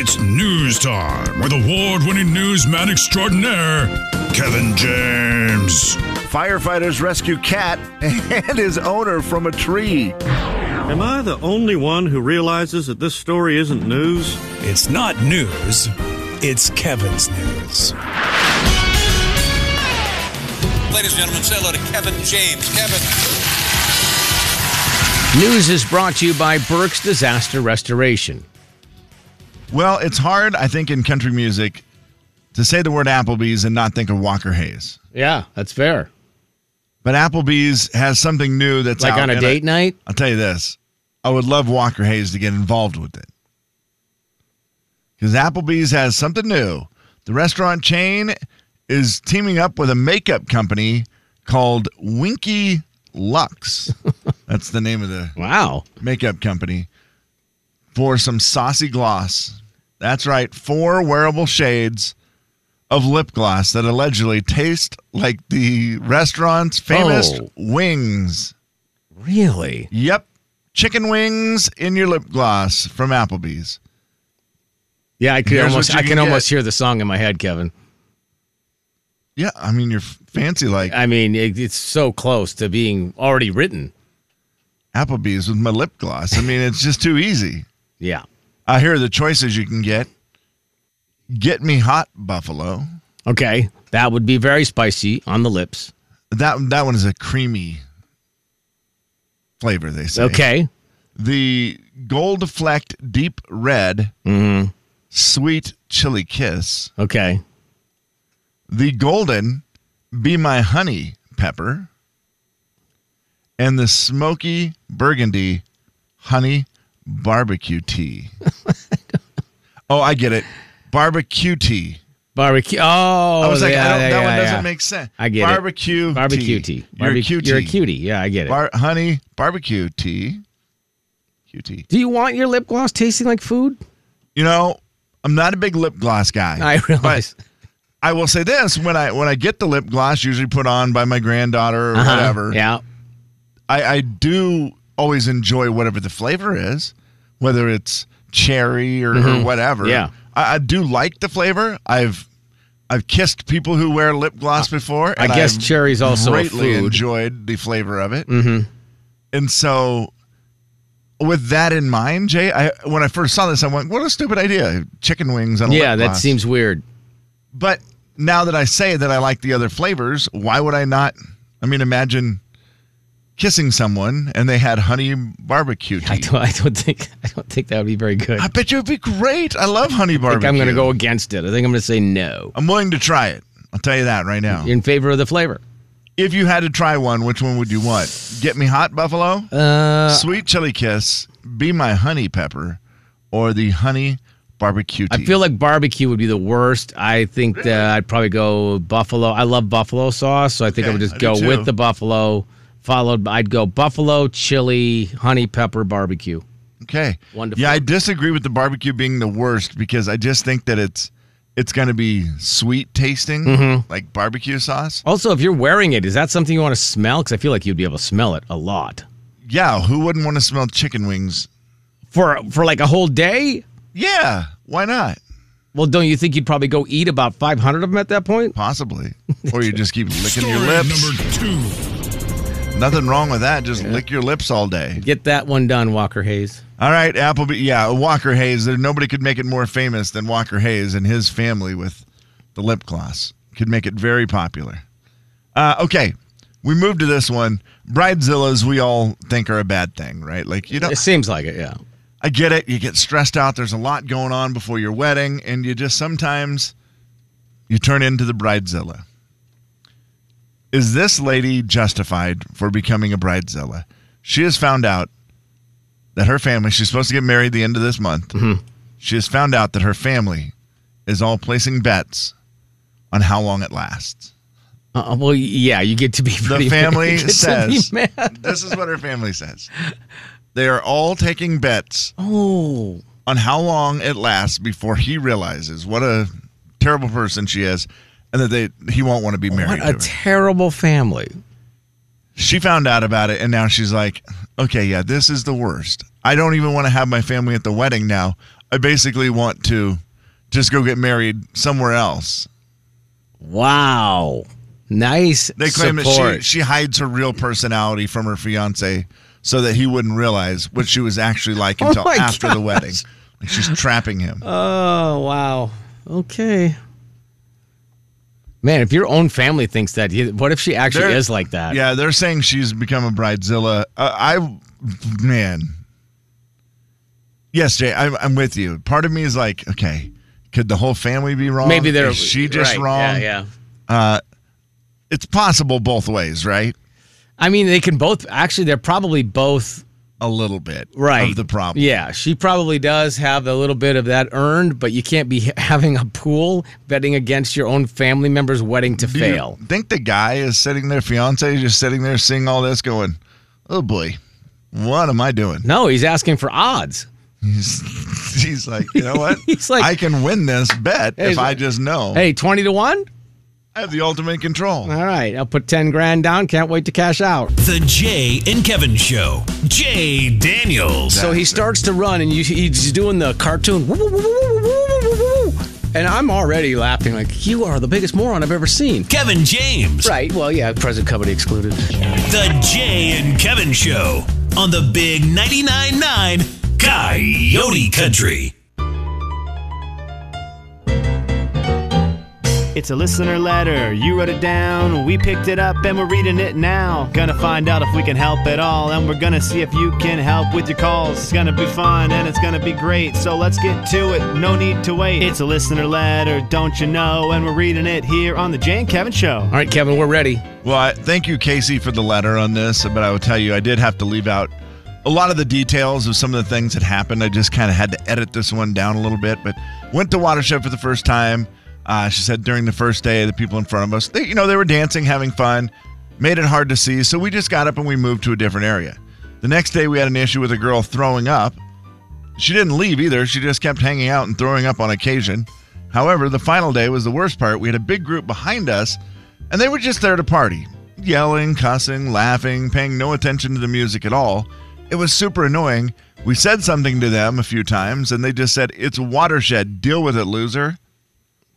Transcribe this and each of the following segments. It's news time with award winning newsman extraordinaire, Kevin James. Firefighters rescue cat and his owner from a tree. Am I the only one who realizes that this story isn't news? It's not news, it's Kevin's news. Ladies and gentlemen, say hello to Kevin James. Kevin. News is brought to you by Burke's Disaster Restoration. Well, it's hard, I think, in country music to say the word Applebee's and not think of Walker Hayes. Yeah, that's fair. But Applebee's has something new that's Like out, on a and date I, night? I'll tell you this: I would love Walker Hayes to get involved with it because Applebee's has something new. The restaurant chain is teaming up with a makeup company called Winky Lux. that's the name of the Wow. makeup company for some saucy gloss. That's right, four wearable shades of lip gloss that allegedly taste like the restaurant's famous Oh. wings. Really? Yep, chicken wings in your lip gloss from Applebee's. Yeah, I can Here's almost what you I can can almost get. hear the song in my head, Kevin. Yeah, I mean you're f- fancy like I mean, it, it's so close to being already written. Applebee's with my lip gloss. I mean it's just too easy. Yeah. Uh, here are the choices you can get. Get me hot buffalo. Okay. That would be very spicy on the lips. That that one is a creamy flavor. They say. Okay. The gold flecked deep red Mhm. sweet chili kiss. Okay. The golden be my honey pepper. And the smoky burgundy honey barbecue tea. oh, I get it. Barbecue tea. Barbecue. Oh, I I was like, I don't, that one doesn't make sense. I get it. barbecue barbecue tea. tea. You're a Barbe- cutie. You're a cutie. Yeah, I get it. Bar- honey barbecue tea. Cutie. Do you want your lip gloss tasting like food? You know, I'm not a big lip gloss guy. I realize. But I will say this: when I when I get the lip gloss, usually put on by my granddaughter or Uh-huh. whatever, Yeah. I, I do always enjoy whatever the flavor is, whether it's cherry or, or whatever. Mm-hmm. Yeah. I, I do like the flavor. I've I've kissed people who wear lip gloss before. I and guess I've cherry's also a greatly food. enjoyed the flavor of it. Mm-hmm. And so, with that in mind, Jay, I when I first saw this, I went, "What a stupid idea! Chicken wings on a Yeah, lip that gloss." seems weird. But now that I say that I like the other flavors, why would I not? I mean, imagine kissing someone and they had honey barbecue tea. I don't, I don't think I don't think that would be very good. I I bet you it'd be great. I love honey think barbecue. I'm going to go against it. I think I'm going to say no. I'm willing to try it. I'll tell you that right now. In favor of the flavor. If you had to try one, which one would you want? Get me hot buffalo, Uh, sweet chili kiss, be my honey pepper, or the honey barbecue tea. I feel like barbecue would be the worst. I think that I'd probably go buffalo. I love buffalo sauce, so I think I Okay, would just I do go too. with the buffalo. Followed, by, I'd go buffalo, chili, honey pepper, barbecue. Okay. Wonderful. Yeah, I disagree with the barbecue being the worst because I just think that it's it's going to be sweet tasting like barbecue sauce. Also, if you're wearing it, is that something you want to smell? Because I feel like you'd be able to smell it a lot Yeah, who wouldn't want to smell chicken wings? for for like a whole day. Yeah, why not? Well, don't you think you'd probably go eat about 500 of them at that point? Possibly. Or you just keep licking Story your lips. number two. Nothing wrong with that. Just lick your lips all day. Get that one done, Walker Hayes. All right, Applebee. Yeah, Walker Hayes. There, nobody could make it more famous than Walker Hayes and his family with the lip gloss. Could make it very popular. Uh, okay, we move to this one. Bridezillas, we all think are a bad thing, right? Like you don't. It seems like it, yeah. I get it. You get stressed out. There's a lot going on before your wedding, and you just sometimes you turn into the bridezilla. Is this lady justified for becoming a bridezilla? She has found out that her family, she's supposed to get married the end of this month. She has found out that her family is all placing bets on how long it lasts. Uh, well, yeah, you get to be pretty- family you get to be says- mad. This is what her family says. They are all taking bets Oh, on how long it lasts before he realizes what a terrible person she is and that they he won't want to be married what to a her. terrible family. she found out about it and now she's like, "Okay, yeah, this is the worst. I don't even want to have my family at the wedding now. I basically want to just go get married somewhere else. Wow. Nice. They claim support. that she, she hides her real personality from her fiance so that he wouldn't realize what she was actually like Oh until my after the gosh. wedding. Like she's trapping him. Oh wow. Okay. Man, if your own family thinks that, you- what if she actually They're- is like that? Yeah, they're saying she's become a bridezilla. Uh, I, man. Yes, Jay, I'm, I'm with you. Part of me is like, okay, could the whole family be wrong? Maybe they're Is she just right, wrong. Yeah, yeah. It's possible both ways, right? I mean, they can both. Actually, they're probably both A little bit right of the problem. Yeah, she probably does have a little bit of that earned, but you can't be having a pool betting against your own family member's wedding to Do you fail. think the guy is sitting there, fiance, just sitting there seeing all this, going, "Oh boy, what am I doing?" No, he's asking for odds. He's, he's like, you know what? He's like- I can win this bet Hey, if I just know. Hey, twenty to one. I have the ultimate control. All right, I'll put ten grand down. Can't wait to cash out. The Jay and Kevin Show. Jay Daniels. So he starts to run, and you, he's doing the cartoon. "Woo, woo, woo, woo, woo, woo, woo, woo, woo." And I'm already laughing, like, you are the biggest moron I've ever seen. Kevin James. Right, well, yeah, present company excluded. The Jay and Kevin Show on the Big 99.9 9 Coyote Country. It's a listener letter. You wrote it down. We picked it up and we're reading it now. Gonna find out if we can help at all. And we're gonna see if you can help with your calls. It's gonna be fun and it's gonna be great. So let's get to it. No need to wait. It's a listener letter, don't you know? And we're reading it here on The Jane Kevin Show. All right, Kevin, we're ready. Well, I, thank you, Casey, for the letter on this. But I will tell you, I did have to leave out a lot of the details of some of the things that happened. I just kind of had to edit this one down a little bit. But went to Watershed for the first time. Uh, she said during the first day, the people in front of us, they, you know, they were dancing, having fun, made it hard to see. So we just got up and we moved to a different area. The next day, we had an issue with a girl throwing up. She didn't leave either. She just kept hanging out and throwing up on occasion. However, the final day was the worst part. We had a big group behind us, and they were just there to party, yelling, cussing, laughing, paying no attention to the music at all. It was super annoying. We said something to them a few times, and they just said, It's watershed. Deal with it, loser.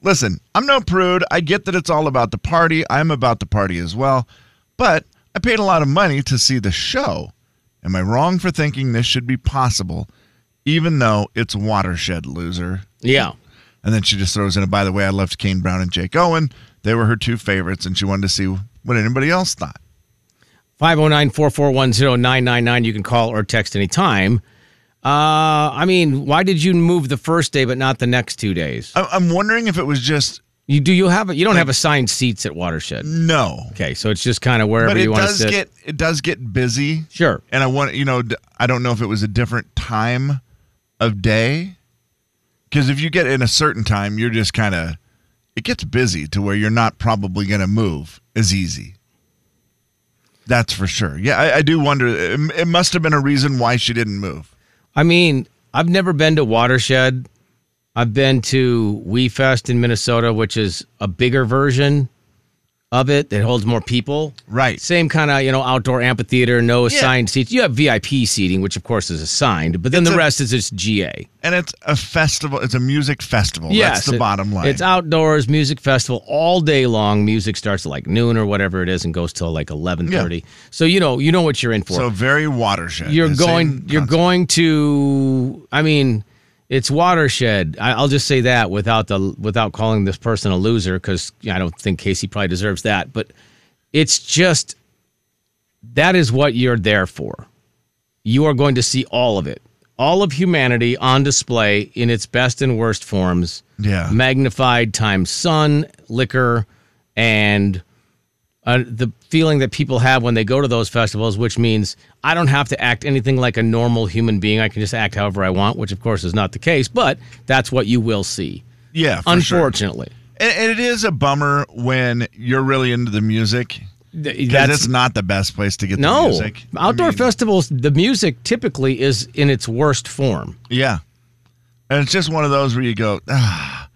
Listen, I'm no prude. I get that it's all about the party. I'm about the party as well. But I paid a lot of money to see the show. Am I wrong for thinking this should be possible, even though it's watershed loser? Yeah. And then she just throws in, by the way, I loved Kane Brown and Jake Owen. They were her two favorites, and she wanted to see what anybody else thought. 509-441-0999. You can call or text anytime. Uh, I mean, why did you move the first day but not the next two days? I- I'm wondering if it was just You do you have you don't have assigned seats at Watershed. no. Okay, so it's just kind of wherever But it you want to does sit. get it does get busy. sure. and I want you know d- I don't know if it was a different time of day because if you get in a certain time, you're just kind of it gets busy to where you're not probably going to move as easy. That's for sure. Yeah, I, I do wonder. It, it must have been a reason why she didn't move. I mean, I've never been to Watershed. I've been to WeFest in Minnesota, which is a bigger version of it that holds more people. Right. Same kind of, you know, outdoor amphitheater, no assigned seats. You have VIP seating, which of course is assigned, but then It's the a- rest is just GA. And it's a festival. It's a music festival. That's the it- bottom line. It's outdoors music festival all day long. Music starts at like noon or whatever it is and goes till like 11:30. So you know, you know what you're in for. so very watershed. you're The going same you're concept. going to I mean, it's watershed. I, I'll just say that without the without calling this person a loser cuz I don't think Casey probably deserves that, but it's just that is what you're there for. You are going to see all of it. All of humanity on display in its best and worst forms Yeah. magnified times sun, liquor, and uh, the feeling that people have when they go to those festivals, which means I don't have to act anything like a normal human being. I can just act however I want, which of course is not the case, but that's what you will see, yeah. for sure. unfortunately. And- and it is a bummer when you're really into the music Th- Because it's not the best place to get the no music. I outdoor mean, festivals. The music typically is in its worst form. Yeah. And it's just one of those where you go, ah,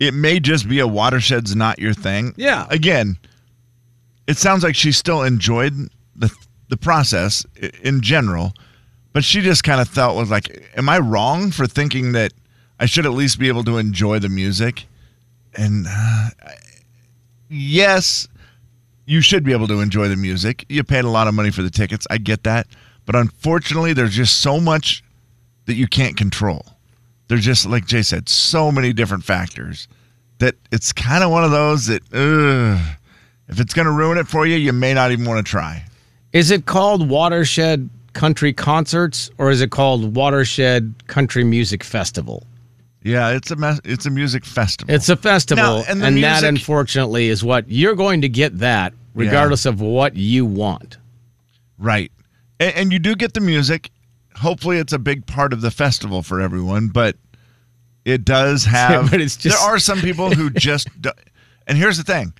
it may just be a watershed's not your thing. Yeah. Again, it sounds like she still enjoyed the the process i- in general, but she just kind of felt was like, am I wrong for thinking that I should at least be able to enjoy the music. And uh, I- yes, you should be able to enjoy the music. You paid a lot of money for the tickets. I get that. But unfortunately, there's just so much that you can't control. There's just, like Jay said, so many different factors that it's kind of one of those that, ugh, if it's going to ruin it for you, you may not even want to try. Is it called Watershed Country Concerts or is it called Watershed Country Music Festival? Yeah, it's a mes- it's a music festival. It's a festival, Now, and and, the that music- unfortunately is what you're going to get that, regardless of what you want. Right. And, and you do get the music. Hopefully, it's a big part of the festival for everyone, but it does have. But it's just- there are some people who just. do- and here's the thing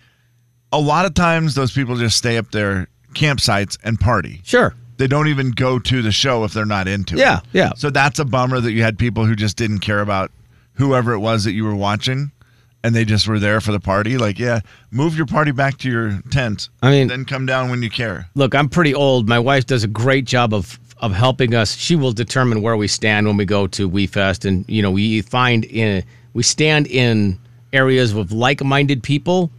a lot of times, those people just stay up their campsites and party. Sure. They don't even go to the show if they're not into it. Yeah, yeah. So that's a bummer that you had people who just didn't care about whoever it was that you were watching and they just were there for the party. Like, yeah, move your party back to your tent. I mean- then come down when you care. Look, I'm pretty old. My wife does a great job of of helping us. She will determine where we stand when we go to WeFest, and you know we find in we stand in areas with like minded people,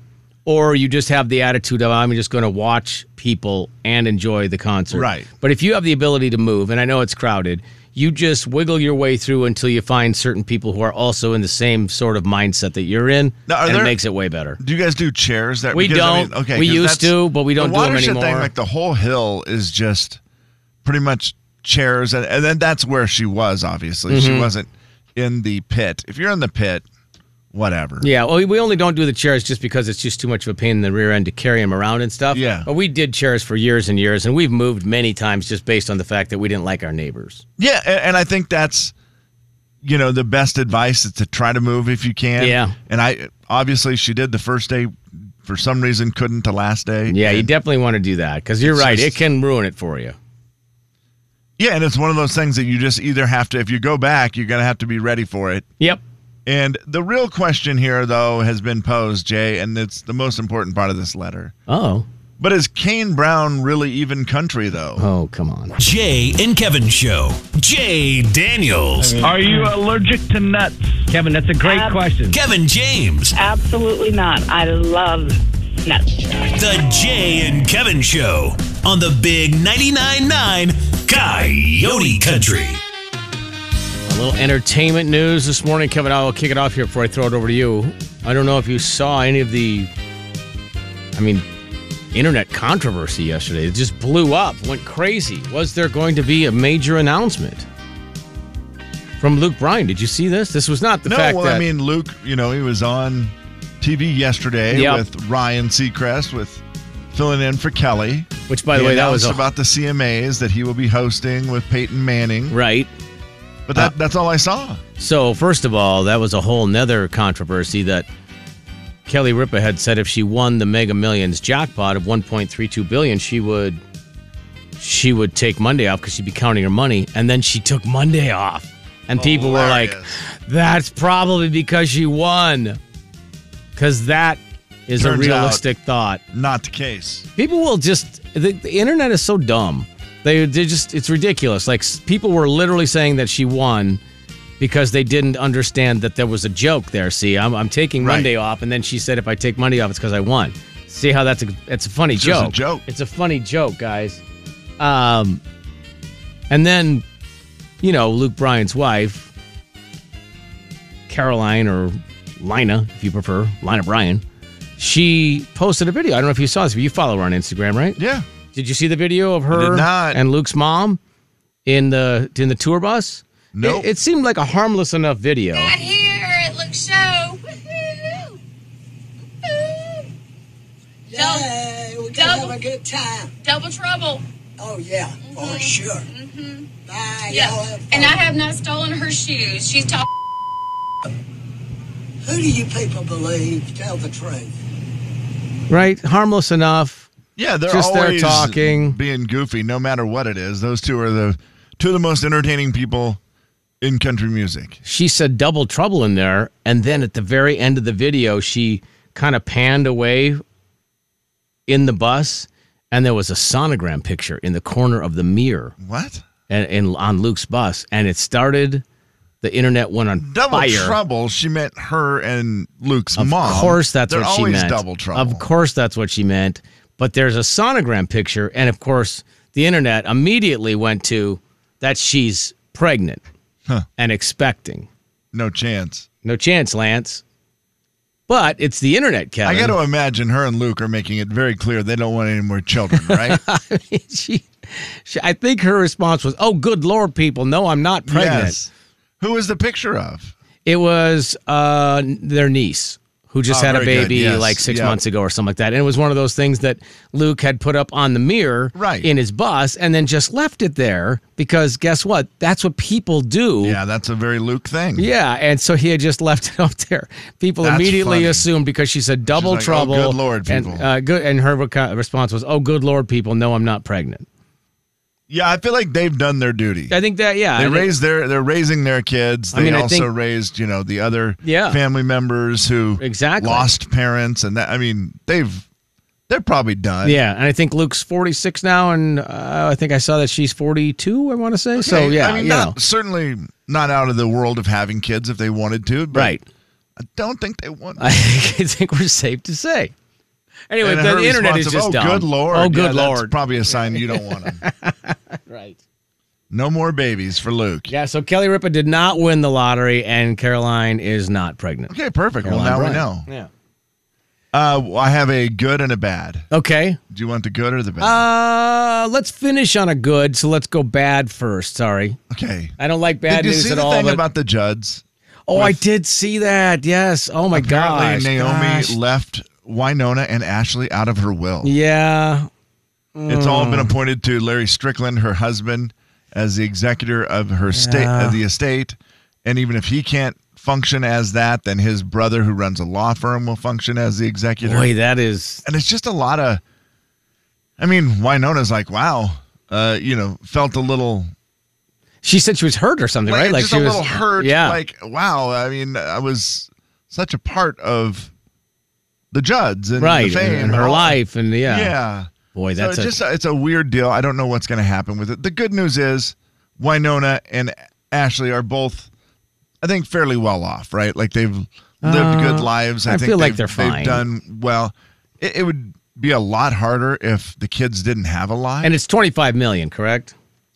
or you just have the attitude of I'm just going to watch people and enjoy the concert. Right. But if you have the ability to move, and I know it's crowded, you just wiggle your way through until you find certain people who are also in the same sort of mindset that you're in, Now, are and there- it makes it way better. Do you guys do chairs? That We because, I don't. 'cause We used that's- to, but we don't the do 'em watershed Thing, anymore. like the whole hill is just pretty much chairs, and, and then that's where she was. Obviously, Mm-hmm. she wasn't in the pit. If you're in the pit, whatever. Yeah, well, we only don't do the chairs just because it's just too much of a pain in the rear end to carry them around and stuff. Yeah. But we did chairs for years and years, and we've moved many times just based on the fact that we didn't like our neighbors. Yeah, and, and I think that's you know the best advice is to try to move if you can. Yeah. and I obviously she did the first day. For some reason, couldn't the last day. Yeah, you And- definitely want to do that because you're It's right. just- it can ruin it for you. yeah, and it's one of those things that you just either have to. If you go back, you're gonna have to be ready for it. Yep. And the real question here, though, has been posed, Jay, and it's the most important part of this letter. Oh. But is Kane Brown really even country, though? Oh, come on. Jay and Kevin Show. Jay Daniels. Are you allergic to nuts? Kevin, that's a great question. Kevin James. Absolutely not. I love nuts. The Jay and Kevin Show on the Big 99.9 9 Coyote Country. A little entertainment news this morning, Kevin. I'll kick it off here before I throw it over to you. I don't know if you saw any of the, I mean, internet controversy yesterday. It just blew up, went crazy. Was there going to be a major announcement from Luke Bryan? Did you see this? This was not the no, fact well, that I mean, Luke, you know, he was on TV yesterday Yep. with Ryan Seacrest, with filling in for Kelly. Which, by the He way, that announced was a- about the CMAs that he will be hosting with Peyton Manning. right. But that, that's all I saw. So, first of all, that was a whole nother controversy that Kelly Ripa had said if she won the Mega Millions jackpot of 1.32 billion, she would she would take Monday off because she'd be counting her money, and then she took Monday off, and people were Oh, like, Hilarious. "That's probably because she won," because that is Turns a realistic thought. not the case. People will just the, the internet is so dumb. They they just it's ridiculous. Like s- people were literally saying that she won because they didn't understand that there was a joke there. See, I'm I'm taking Right. Monday off, and then she said if I take Monday off, it's because I won. See how that's a it's a funny It's just joke. a joke. It's a funny joke, guys. Um, and then you know Luke Bryan's wife. Caroline or Lina, if you prefer, Lina Bryan, she posted a video. I don't know if you saw this, but you follow her on Instagram, right? Yeah. Did you see the video of her did not. and Luke's mom in the in the tour bus? Nope. It, it seemed like a harmless enough video. here at Luke's show. Yay, we can have a good time. Double trouble. Oh yeah, for sure. Mm-hmm. Bye. Yeah. And I have not stolen her shoes. She's talking. Who do you people believe? Tell the truth. Right? Harmless enough. Yeah, they're Just there always talking. being goofy, no matter what it is. Those two are the two of the most entertaining people in country music. She said double trouble in there, and then at the very end of the video, she kind of panned away in the bus, and there was a sonogram picture in the corner of the mirror. What? and, and on Luke's bus, and it started the internet went on Double fire. trouble. She meant her and Luke's Of mom. course, that's They're what she always meant. Double trouble. Of course, that's what she meant. But there's a sonogram picture, and of course, the internet immediately went to that she's pregnant and expecting. no chance. No chance, Lance. But it's the internet, Kevin. I got to imagine her and Luke are making it very clear they don't want any more children, right? she, she, I think her response was, "Oh, good lord, people! No, I'm not pregnant." Yes. Who is the picture of? It was uh, their niece who just Oh, had a very good, baby yes, like six yeah. months ago or something like that. And it was one of those things that Luke had put up on the mirror Right. in his bus and then just left it there because guess what? That's what people do. Yeah, that's a very Luke thing. Yeah, and so he had just left it up there. People That's immediately funny. assumed because she said double like, "Oh, trouble. good Lord, And, people. uh, good, and her reco- response was, "Oh, good lord, people! No, I'm not pregnant." Yeah, I feel like they've done their duty. I think that yeah, I They think- raised their they're raising their kids. They I mean, I also think- raised, you know, the other Yeah. family members who Exactly. lost parents and that I mean, they've they're probably done. Yeah, and I think Luke's 46 now, and uh, I think I saw that she's 42. I want to say so. Okay, Yeah, I mean you not, know. certainly not out of the world of having kids if they wanted to, but Right. I don't think they want I think we're safe to say. Anyway, And but her the internet is response just oh, dumb. good lord. Oh, Yeah, good that's lord. probably a sign you don't want them. right. No more babies for Luke. Yeah. So Kelly Ripa did not win the lottery, and Caroline is not pregnant. Okay, perfect. Caroline well, now Bryant. we know. Yeah. Uh, well, I have a good and a bad. Okay. Do you want the good or the bad? Uh, let's finish on a good. So let's go bad first. Sorry, okay. I don't like bad Did you news see at the all. thing but- about the Judds? oh, I with- did see that. Yes. Oh my Apparently, gosh. Naomi gosh. left Winona and Ashley out of her will. Yeah. It's all been appointed to Larry Strickland, her husband, as the executor of her state of the estate. And even if he can't function as that, then his brother, who runs a law firm, will function as the executor. Boy, that is and it's just a lot of i mean winona's like wow uh you know felt a little She said she was hurt or something, like, right? just she a was little hurt Yeah, like wow i mean i was such a part of the judds and right. the fame And her all- life, and yeah, yeah, Boy, so it's that's a, just uh, a, it's a weird deal i don't know what's going to happen with it the good news is winona and ashley are both i think fairly well off right like they've lived good lives i, Uh, I think feel like they've- they're they've fine. done well it, it would be a lot harder if the kids didn't have a lot and it's twenty five million, correct?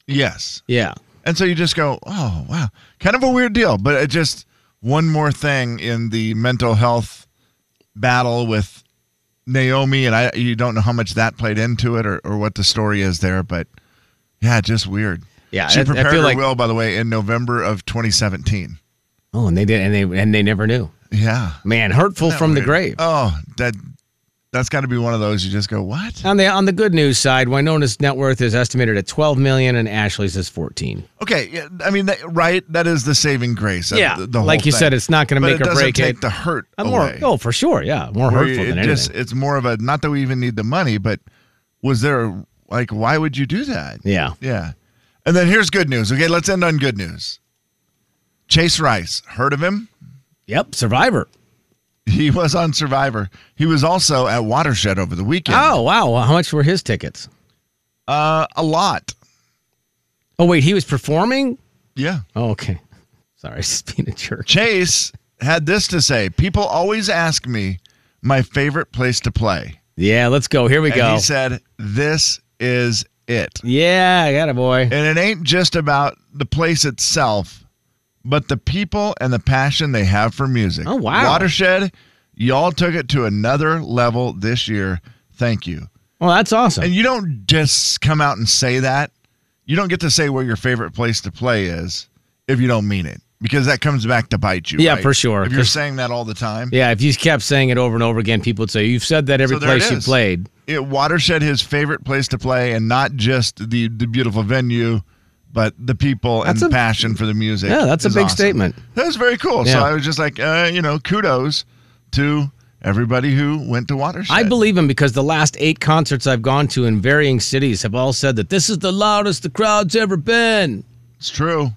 Yes. Yeah, And so you just go, oh, wow. Kind of a weird deal, but it just one more thing in the mental health battle with Naomi. And I, you don't know how much that played into it or, or what the story is there, but yeah, just weird. Yeah, I- She I prepared feel her like- will, by the way, in November of 2017. Oh, and they did, and they and they never knew. Yeah. Man, hurtful Isn't that from the weird? grave. Oh, that, that's got to be one of those you just go, what? on the on the good news side, Winona's net worth is estimated at twelve million, and Ashley's is fourteen. Okay, yeah, I mean, that, right? That is the saving grace. Of Yeah, the, the whole like you thing. said, it's not gonna But make or doesn't break take it. The hurt Uh, more, away. oh, for sure, yeah, more Where hurtful it than anything. just it's more of a not that we even need the money, but was there a- like why would you do that? yeah, Yeah. And then here's good news. Okay, let's end on good news. Chase Rice, heard of him? yep, Survivor. He was on Survivor. He was also at Watershed over the weekend. Oh wow, how much were his tickets? Uh, a lot. Oh wait, he was performing. Yeah. Oh okay, sorry, just being a jerk. Chase had this to say. People always ask me my favorite place to play. Yeah, let's go. Here we And go. he said, This is it. yeah, I got a boy. And it ain't just about the place itself, but the people and the passion they have for music. Oh, wow. Watershed, y'all took it to another level this year. Thank you. Well, that's awesome. And you don't just come out and say that. You don't get to say where your favorite place to play is if you don't mean it, because that comes back to bite you. Yeah, right? for sure. If you're 'Cause- saying that all the time. Yeah, if you kept saying it over and over again, people would say, You've said that every So there it place you is. played. It watershed his favorite place to play, and not just the the beautiful venue, but the people That's and a- passion for the music. Yeah, that's a is big awesome. statement. That was very cool. So Yeah. I was just like, uh, you know, kudos to everybody who went to watershed. I believe him because the last eight concerts I've gone to in varying cities have all said that this is the loudest the crowd's ever been. it's true.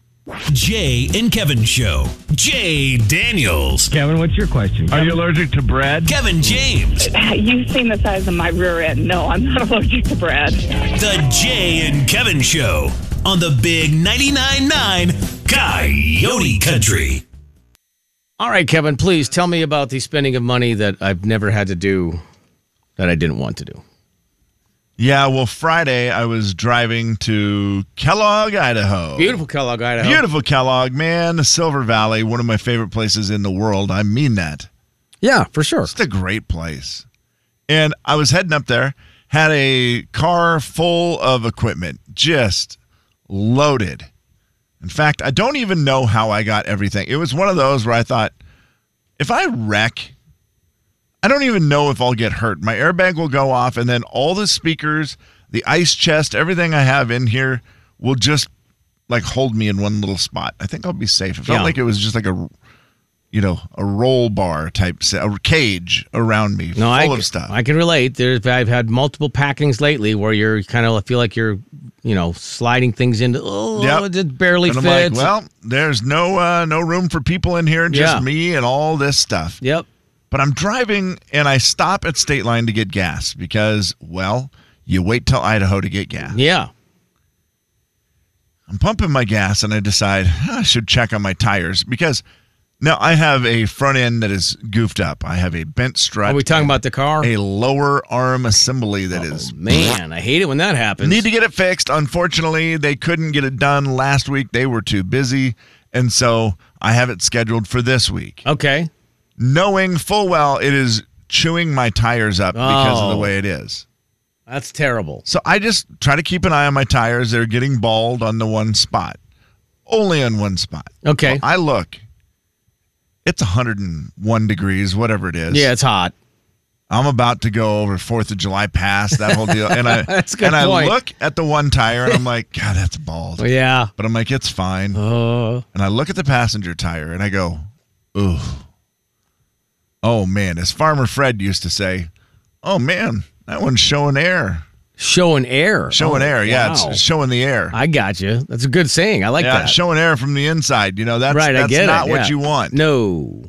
Jay and Kevin Show. Jay Daniels. Kevin, what's your question? Are you allergic to bread? Kevin James. You've seen the size of my rear end. No, I'm not allergic to bread. The Jay and Kevin Show on the Big 99.9 9 Coyote Country. All right, Kevin, please tell me about the spending of money that I've never had to do that I didn't want to do. Yeah, well, Friday I was driving to Kellogg, Idaho. Beautiful Kellogg, Idaho. Beautiful Kellogg, man. Silver Valley, one of my favorite places in the world. I mean that. Yeah, for sure. It's a great place. And I was heading up there, had a car full of equipment, just loaded. In fact, I don't even know how I got everything. It was one of those where I thought, if I wreck, I don't even know if I'll get hurt. My airbag will go off, and then all the speakers, the ice chest, everything I have in here will just like hold me in one little spot. I think I'll be safe. It felt Yeah. like it was just like a, you know, a roll bar type set, a cage around me, No, full I, of stuff. I can relate. There's I've had multiple packings lately where you're kind of feel like you're, you know, sliding things into oh, Yep. it just barely and I'm like, fits. well, there's no uh, no room for people in here, just Yeah. me and all this stuff. yep. But I'm driving and I stop at state line to get gas because, well, you wait till Idaho to get gas. Yeah. I'm pumping my gas and I decide "Huh, I should check on my tires because now I have a front end that is goofed up. I have a bent strut. Are we talking and about the car? Oh, a lower arm assembly that is. Man, I hate it when that happens. Need to get it fixed. Unfortunately, they couldn't get it done last week. They were too busy. And so I have it scheduled for this week, okay. knowing full well it is chewing my tires up because of the Oh. way it is. That's terrible. So I just try to keep an eye on my tires. They're getting bald on the one spot, only on one spot. Okay. I look, it's 101 degrees, whatever it is. yeah, it's hot. I'm about to go over Fourth of July pass that whole deal, and I That's a good and point. I look at the one tire and I'm like, God, that's bald. Yeah. But I'm like, it's fine. Uh, And I look at the passenger tire and I go, ooh, oh man. As Farmer Fred used to say, oh man, that one's showing air, showing air. showing Oh, air. Yeah, it's- wow. it's showing the air. I got you. That's a good saying. I like yeah, that. showing air from the inside. You know, that's right, I that's get it. not what yeah. you want. No.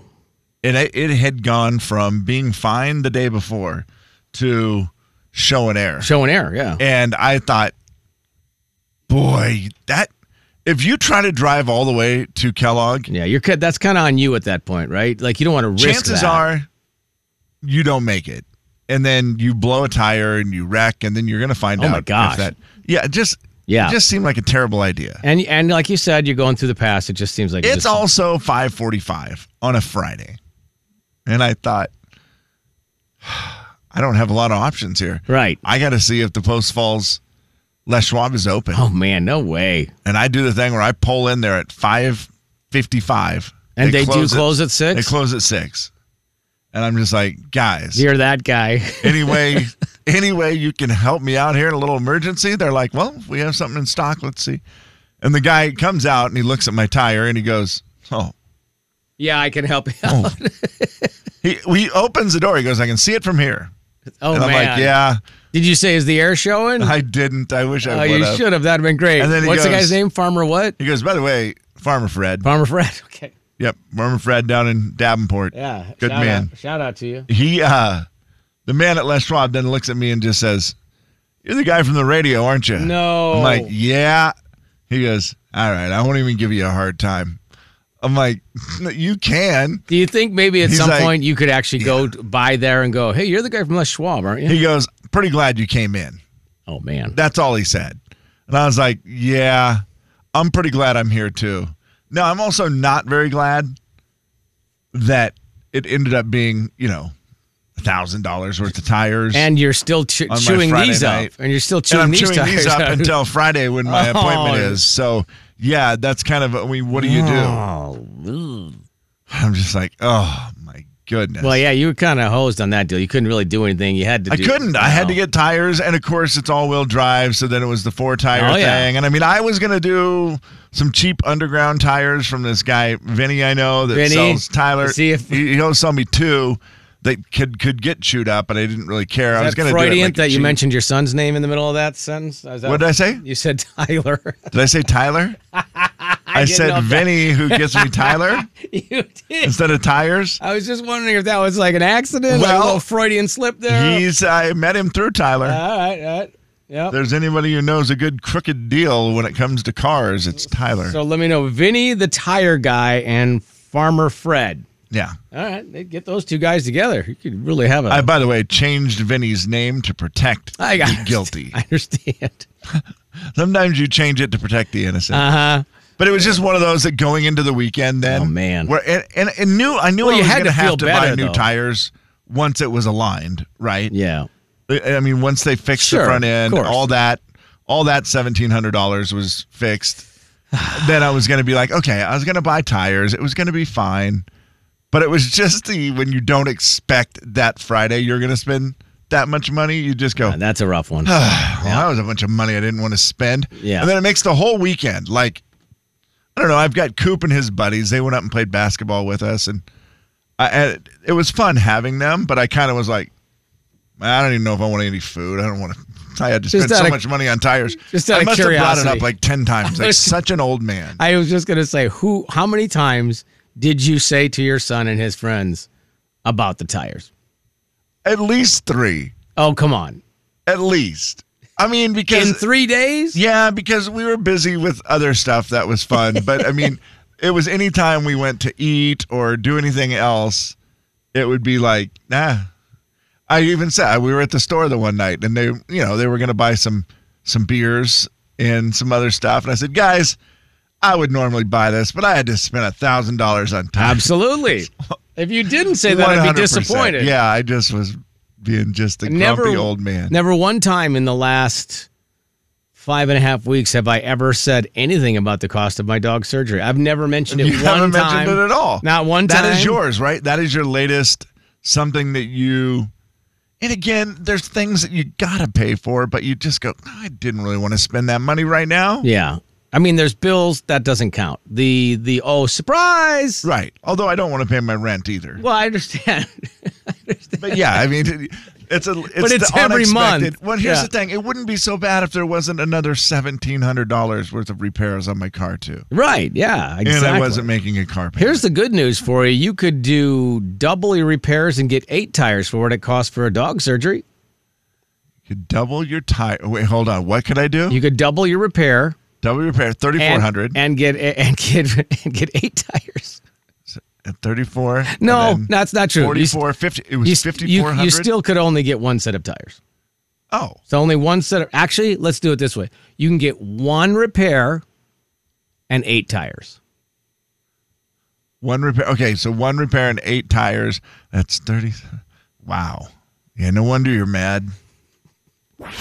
it it had gone from being fine the day before to showing air. Showing air, yeah. And I thought, boy, that if you try to drive all the way to Kellogg, Yeah, you're ki- that's kind of on you at that point, right? Like you don't want to risk chances that. are you don't make it. And then you blow a tire and you wreck, and then you're gonna find Oh out my if gosh. that yeah, it just Yeah. it just seemed like a terrible idea. and and like you said, you're going through the past. It just seems like it It's just- also 5:45 on a Friday. And I thought I don't have a lot of options here. right. I got to see if the Post Falls Les Schwab is open. Oh man, no way. And I do the thing where I pull in there at 5:55 And they, do close at They six. close at 6. And I'm just like, "Guys, You're that guy. any way any way you can help me out here in a little emergency?" They're like, "Well, if we have something in stock. Let's see." And the guy comes out and he looks at my tire and he goes, "Oh, yeah, I can help you. out. he, he opens the door. He goes, I can see it from here. Oh and I'm man. like, yeah, Did you say is the air showing? I didn't. I wish oh, I would you have. should have. That'd have been great. And then he What's the goes- guy's name? Farmer what? He goes, by the way, Farmer Fred. Farmer Fred. Okay. Yep, Farmer Fred down in Davenport. Yeah. Good shout man. Out, shout out to you. He, uh, the man at Les Schwab then looks at me and just says, you're the guy from the radio, aren't you? No. I'm like, yeah. He goes, all right, I won't even give you a hard time. I'm like, you can. Do you think maybe at He's some like- point you could actually go t- by there and go, "Hey, you're the guy from Les Schwab, aren't you?" He goes, pretty glad you came in. oh man. That's all he said. And I was like, yeah, I'm pretty glad I'm here too. Now, I'm also not very glad that it ended up being, you know, $1,000 worth of tires. and you're still che- On my chewing Friday these night. up, and you're still And chewing I'm these chewing these tires up out. until Friday when my Oh. appointment is. So, yeah, that's kind of, I mean, what do you do? Oh, I'm just like, oh, my goodness. Well, yeah, you were kind of hosed on that deal. You couldn't really do anything. You had to. I do- couldn't. I had to No. get tires, and of course, it's all-wheel drive. So then it was the four-tire Oh, thing, yeah. and I mean, I was gonna do some cheap underground tires from this guy Vinny I know that Vinny, sells Tyler. see if- he, he'll sell me two that could could get chewed up, but I didn't really care. I Is was that gonna do it Freudian like a that you cheap- mentioned your son's name in the middle of that sentence. Is that- What did I say? You said Tyler. Did I say Tyler? I, didn't know said that. Vinny, who gets me Tyler you did. instead of tires. I was just wondering if that was like an accident, like a Well, little Freudian slip there. Uh. He's I met him through Tyler. all right, all right. Yep. there's anybody who knows a good crooked deal when it comes to cars, it's Tyler. So let me know. Vinny the tire guy and Farmer Fred. yeah. All right, they get those two guys together. You could really have a. I, by the way, changed Vinny's name to protect I the got- guilty. I understand. Sometimes you change it to protect the innocent. Uh huh. But it was just one of those that going into the weekend then. Oh, man. Where and, and, and knew I knew Well, I you was had going to to have feel to buy better, new though. tires once it was aligned, right? Yeah. I I mean, once they fixed Sure, the front end, of course. all that, all that seventeen hundred dollars was fixed. then I was going to be like, okay, I was going to buy tires. It was going to be fine, but it was just the when you don't expect that Friday you're going to spend that much money, you just go, Uh, That's a rough one. well, that was a bunch of money I didn't want to spend. Yeah. And then it makes the whole weekend like I don't know. I've got Coop and his buddies. They went up and played basketball with us, and I and it was fun having them. But I kind of was like, I don't even know if I want any food. I don't want to. I had to Just spend so out of- much money on tires. just out I of must have brought it curiosity. up like ten times. Like There's- such an old man. I was just gonna say, who? How many times did you say to your son and his friends about the tires? At least three. Oh, come on! At least. I mean, because In three days? Yeah, because we were busy with other stuff that was fun. But I mean, it was any time we went to eat or do anything else, it would be like, nah. I even said we were at the store the one night and they, you know, they were going to buy some some beers and some other stuff and I said, "Guys, I would normally buy this, but I had to spend a $1,000 on time." Absolutely. if you didn't say that, 100%. I'd be disappointed. Yeah, I just was being just a grumpy old man. Never one time in the last five and a half weeks have I ever said anything about the cost of my dog's surgery. I've never mentioned it You one haven't time. mentioned it at all. Not one time. That is yours, right? That is your latest something that you. And again, there's things that you gotta pay for, but you just go, I didn't really want to spend that money right now. Yeah. I mean, there's bills that doesn't count. The the oh surprise. Right. Although I don't want to pay my rent either. Well, I understand. But yeah, I mean, it- it's a. It's But it's the every unexpected. month. Well, here's Yeah. the thing: it wouldn't be so bad if there wasn't another seventeen hundred dollars worth of repairs on my car too, right. Yeah. Exactly. and I wasn't making a car payment. Here's the good news for you. You could do doubly repairs and get eight tires for what it costs for a dog surgery. you double your tire. Wait, hold on. What could I do? You could double your repair double repair thirty four and, hundred. and get and get and get eight tires. at 34. No, and then that's not true. You- 44, 50. It You, was st- you- 5,400. you still could only get one set of tires. Oh, So only one set of actually, let's do it this way. You can get one repair and eight tires. one repair. Okay, so one repair and eight tires. That's 30. Wow. Yeah, no wonder you're mad.